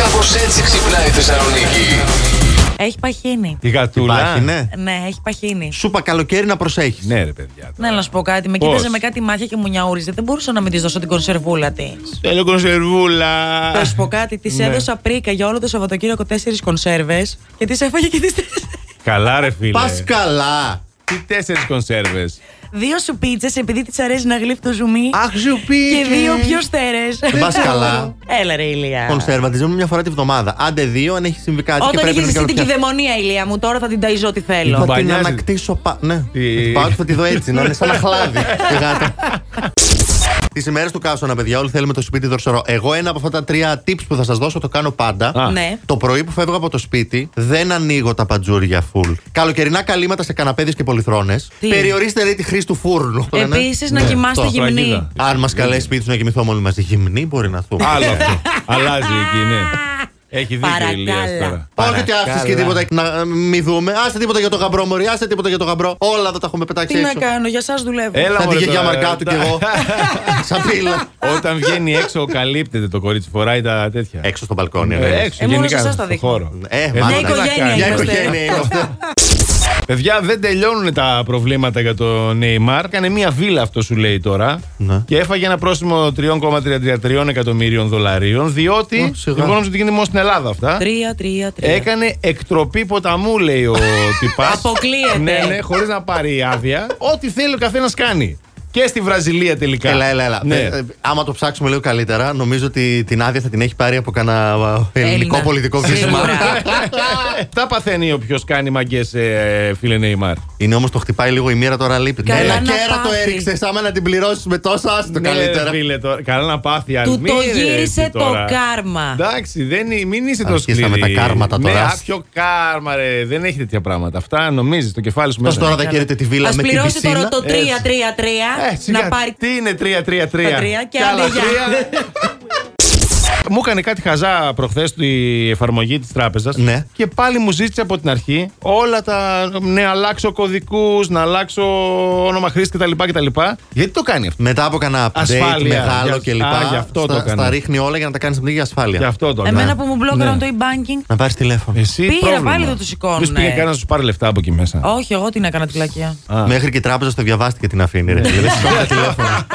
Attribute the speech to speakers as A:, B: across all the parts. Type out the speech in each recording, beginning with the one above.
A: Κάπως έτσι ξυπνάει η Θεσσαλονίκη.
B: Έχει παχύνει.
C: Τη γατούλα.
D: Υπάρχει, ναι.
B: Ναι, έχει παχύνει.
D: Σούπα καλοκαίρι να προσέχεις.
C: Ναι, ρε παιδιά.
B: Ναι, να σου πω κάτι. Με
C: Πώς?
B: κοίταζε με κάτι μάτια και μου νιαούριζε. Δεν μπορούσα να μην της δώσω την κονσερβούλα της.
C: Θέλω κονσερβούλα.
B: Να σου πω κάτι. Της
C: Ναι.
B: έδωσα πρίκα για όλο το Σαββατοκύριακο τέσσερις κονσέρβες και τις έφαγε και τις τέσσερι.
C: Καλά, ρε φίλε.
D: Πας καλά.
C: Τι τέσσερις κονσέρβες.
B: Δύο σου πίτσες επειδή τη αρέσει να γλύφει το ζουμί.
D: Αχ, ζουπί.
B: Και δύο πιο στέρες.
D: Πας καλά.
B: Έλα ρε ηλία.
D: Κονσερβατιζόμουν μια φορά τη βδομάδα. Άντε δύο, αν έχει συμβεί κάτι και
B: Όταν
D: πρέπει
B: είχε
D: να
B: εσύ
D: κάνω
B: την
D: πια-
B: κυδαιμονία, ηλία μου, τώρα θα την ταΐζω ό,τι
C: Λοιπόν,
B: θέλω.
D: Θα την
C: Μπανιάζεις.
D: ανακτήσω πα... Ναι, θα
C: Τι-
D: την πάω και θα τη δω έτσι, να είναι σαν να χλάβει η γάτα. Τις ημέρες του κάσονα, παιδιά, όλοι θέλουμε το σπίτι δορσερό. Εγώ ένα από αυτά τα τρία tips που θα σας δώσω το κάνω πάντα.
C: Α.
B: Ναι.
D: Το πρωί που φεύγω από το σπίτι, δεν ανοίγω τα παντζούρια full. Καλοκαιρινά καλύματα σε καναπέδες και πολυθρόνες.
B: Τι?
D: Περιορίστε λέει τη χρήση του φούρνου. Το λένε. Ναι.
B: Επίση
C: Ναι.
B: να κοιμάστε
C: αυτό,
B: γυμνή.
C: φραγίδα.
D: Αν μας καλέσει σπίτι σου να κοιμηθούμε όλοι μαζί γυμνοί, μπορεί να δούμε.
C: Άλλο αυτό. Αλλάζει εκεί, ναι. Έχει δίκιο η Ηλίας
B: Παρακάλα.
C: τώρα.
D: Όχι ότι άφησε και τίποτα να μη δούμε. Άσε τίποτα για το γαμπρό, Μωρή. Άσε τίποτα για το γαμπρό. Όλα εδώ τα έχουμε πετάξει
B: Τι να
D: έξω.
B: κάνω, για σας δουλεύω.
C: Έλα,
D: Σαν τη
C: μωρέ,
D: γιαγιά
C: τώρα,
D: Μαρκάτου κι
C: εντάξει.
D: εγώ. Σαν πύλα.
C: Όταν βγαίνει έξω, καλύπτεται το κορίτσι, φοράει τα τέτοια.
D: Έξω στο μπαλκόνι,
C: Ε,
D: ρε.
C: Έξω,
B: Ε, μόνος σε
C: γενικά.
B: εσάς
C: στο
B: τα δείχνω.
C: χώρο.
D: Ε,
C: Ε,
D: μάνα.
B: Μια
C: τι να
B: οικογένεια
C: κάνεις.
D: Για
B: είμαστε.
D: οικογένεια είναι αυτό.
C: Παιδιά, δεν τελειώνουν τα προβλήματα για τον Νέιμαρ. Κάνε μία βίλα, αυτό σου λέει τώρα.
D: Ναι.
C: Και έφαγε ένα πρόστιμο 3,33 εκατομμυρίων δολαρίων, διότι.
D: Ω, σιγά.
C: Εγώ νόμιζα ότι γίνεται μόνο στην Ελλάδα αυτά.
B: Τρία, τρία, τρία.
C: Έκανε εκτροπή ποταμού, λέει ο τυπάς.
B: Αποκλείεται.
C: Ναι, ναι, χωρίς να πάρει άδεια. Ό,τι θέλει ο καθένας κάνει. Και στη Βραζιλία τελικά.
D: Έλα, έλα, έλα.
C: Ναι.
D: Ε, ε, Άμα το ψάξουμε λίγο καλύτερα, νομίζω ότι την άδεια θα την έχει πάρει από κανένα ε, ελληνικό
B: Έλληνα.
D: πολιτικό βίσμα.
B: Σίγουρα.
C: Τα παθαίνει όποιο κάνει μαγκές, φίλε Νέιμαρ.
D: Είναι όμως το χτυπάει λίγο η μοίρα τώρα λείπει.
B: Καλά
D: Έλα,
B: να
D: κέρα το
B: πάθεις.
D: έριξες. Άμα να την πληρώσεις με τόσα, άστο
C: Ναι,
D: καλύτερα.
C: ρε φίλε, τώρα. Καλά να πάθει άλλη.
B: Του
C: Μην
B: το
C: ρε,
B: γύρισε
C: εσύ
B: το
C: τώρα.
B: κάρμα.
C: Εντάξει, δεν, είναι- μην είσαι τόσο σκληρή.
D: Αρχίσαμε τα κάρματα
C: Ναι,
D: τώρα.
C: α, ποιο κάρμα, ρε. Δεν έχει τέτοια πράγματα. Αυτά νομίζεις το κεφάλι σου
D: Τόσο
C: μέσα.
D: τώρα δεν κέρδιτε τη βίλα
B: Ας
D: με την
B: πληρώσει τώρα
D: πισίνα.
B: το 3-3-3
C: Ε, σιγά,
B: να πάρει
C: Τι είναι 3-3-3.
B: τα τρία και
C: Κι άλλα
B: άντε γεια.
C: τρία. Μου έκανε κάτι χαζά προχθές η εφαρμογή της τράπεζας.
D: Ναι.
C: Και πάλι μου ζήτησε από την αρχή όλα τα. Ναι, αλλάξω κωδικούς, να αλλάξω όνομα χρήστη κτλ. κτλ. Γιατί το κάνει αυτό.
D: Μετά από κανένα update
C: Ασφάλεια.
D: μεγάλο
C: Για-
D: κλπ.
C: Α, γι' αυτό το
D: Στα
C: έκανα.
D: στα ρίχνει όλα για να τα κάνεις στην για
C: Γι'
D: ασφάλεια.
C: αυτό το έκανε.
B: Εμένα που μου μπλόκαραν
C: Ναι.
B: το e-banking.
D: Να πάρεις τηλέφωνο.
C: Εσύ
B: Πήρα,
C: πρόβλημα.
B: πάλι δεν το σηκώνουνε.
C: Ποιος πήγε κανένας να σου πάρει λεφτά από εκεί μέσα.
B: Όχι, εγώ την έκανα τη βλακεία.
C: Ε, Α. Ναι.
D: Μέχρι και η τράπεζα το διαβάστηκε την αφήνει. Ρε. φίλε. Δεν σηκώνει τα τηλέφωνα.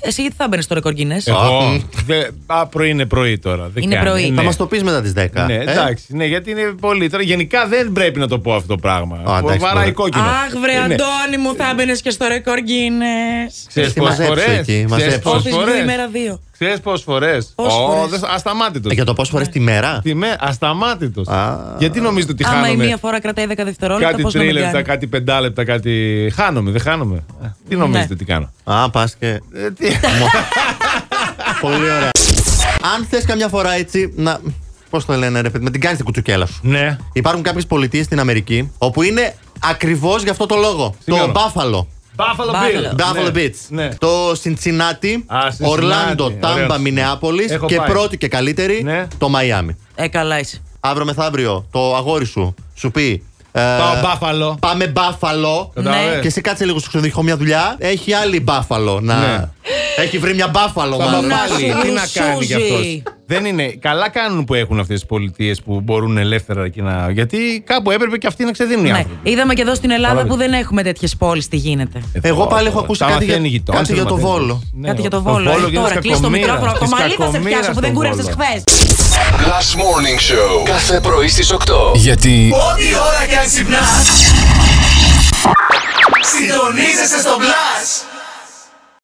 B: Εσύ γιατί θα μπαίνεις στο ρεκόρ Guinness?
C: Εγώ.
D: Α.
C: Δε, α, πρωί είναι πρωί τώρα. Δεν
B: Είναι
C: κάνει.
B: πρωί.
C: Ναι.
D: Θα μας το πεις μετά τις 10.
C: Ναι,
D: ε.
C: εντάξει, ναι, γιατί είναι πολύ. Τώρα γενικά δεν πρέπει να το πω αυτό το πράγμα.
D: Α, εντάξει,
C: Βαράει
D: μπορεί.
C: κόκκινο.
B: Αχ, βρε
C: Ε, ναι.
B: Αντώνη μου, θα έμπαινε και στο ρεκόρ Guinness.
C: Ξέρεις
D: Εσύ
C: πόσες
D: μαζέψου
C: φορές.
D: εκεί,
C: Ξέρεις
D: μαζέψου.
C: πόσες
B: Office Blue
C: φορές.
B: ημέρα 2.
C: Ξέρεις πόσες φορές.
B: Πόσες
C: Ω,
B: φορές.
C: δεν- Ασταμάτητος.
D: ε, Για το πόσες φορές τη μέρα.
C: Ναι. Τι με, ασταμάτητος.
D: Α.
C: Γιατί νομίζετε ότι
B: Άμα η μία
C: χάνομαι.
B: φορά κρατάει 10 δευτερόλεπτα,
C: Κάτι
B: πώς να μην
C: τρίλεπτα,
B: κάνει. Ναι.
C: κάτι πεντάλεπτα, κάτι. Χάνομαι, δεν χάνομαι. Α, Τι νομίζετε τι κάνω.
D: Α, πας και.
C: Ε, τι-
D: Πολύ ωραία. Αν θες καμιά φορά έτσι να. Πώς το λένε, ρε παιδί, να την κάνεις την κουτσουκέλα σου.
C: Ναι.
D: Υπάρχουν κάποιες πολιτείες στην Αμερική όπου είναι ακριβώς γι' αυτό το λόγο.
C: Σημειώνω.
D: Το Buffalo.
C: Buffalo
B: Buffalo.
C: Bill.
D: Double
C: Ναι.
D: Beach.
C: Ναι.
D: Το Cincinnati,
C: Α, Cincinnati.
D: Ορλάντο, Τάμπα,
C: Ωραίος.
D: Μινεάπολη
C: Έχω
D: και
C: πάει.
D: πρώτη και καλύτερη
C: Ναι.
D: το Μαϊάμι.
B: Ε, καλά είσαι.
D: Αύριο μεθαύριο το αγόρι σου σου πει. ε,
C: Πάω Buffalo.
D: Πάμε Buffalo.
C: Κατάλαβες.
D: Και εσύ κάτσε λίγο στο ξενοδοχείο, έχω μια δουλειά. Έχει άλλη μπάφαλο να.
C: Ναι.
D: Έχει βρει μια μπάφαλο
C: Θα
D: μάλλον.
C: μα βάλει.
B: σου
C: Τι να κάνει
B: σούζει.
C: γι' αυτός. Δεν είναι. Καλά κάνουν που έχουν αυτές τις πολιτείες που μπορούν ελεύθερα εκεί να. Γιατί κάπου έπρεπε και αυτοί να ξεδίνουν οι
B: Ναι.
C: άνθρωποι.
B: Είδαμε και εδώ στην Ελλάδα
C: Καλά.
B: που δεν έχουμε τέτοιες πόλεις τι γίνεται.
D: Εγώ πάλι έχω ακούσει
C: Τα
D: κάτι
C: μαθαίνει
D: για-
C: η γειτόνισσα,
D: κάτι για
C: τα
D: το
C: μαθαίνει.
D: Βόλο.
C: Ναι,
B: Κάτι για το
C: το
B: βόλο.
C: Βόλο
B: Ε,
C: και
B: Τώρα
C: της
B: κλείσει το
C: κακομοίρας,
B: μικρόφωνο από το
C: της
B: μαλλί, θα σε
C: κακομοίρας
B: πιάσω που δεν
C: το
B: κούρεψε
C: Βόλο.
B: χθες.
A: Last Morning Show. Κάθε πρωί στις 8.
E: Γιατί
F: Ό,τι ώρα κι αν ξυπνάς Συντονίζεσαι στο Blast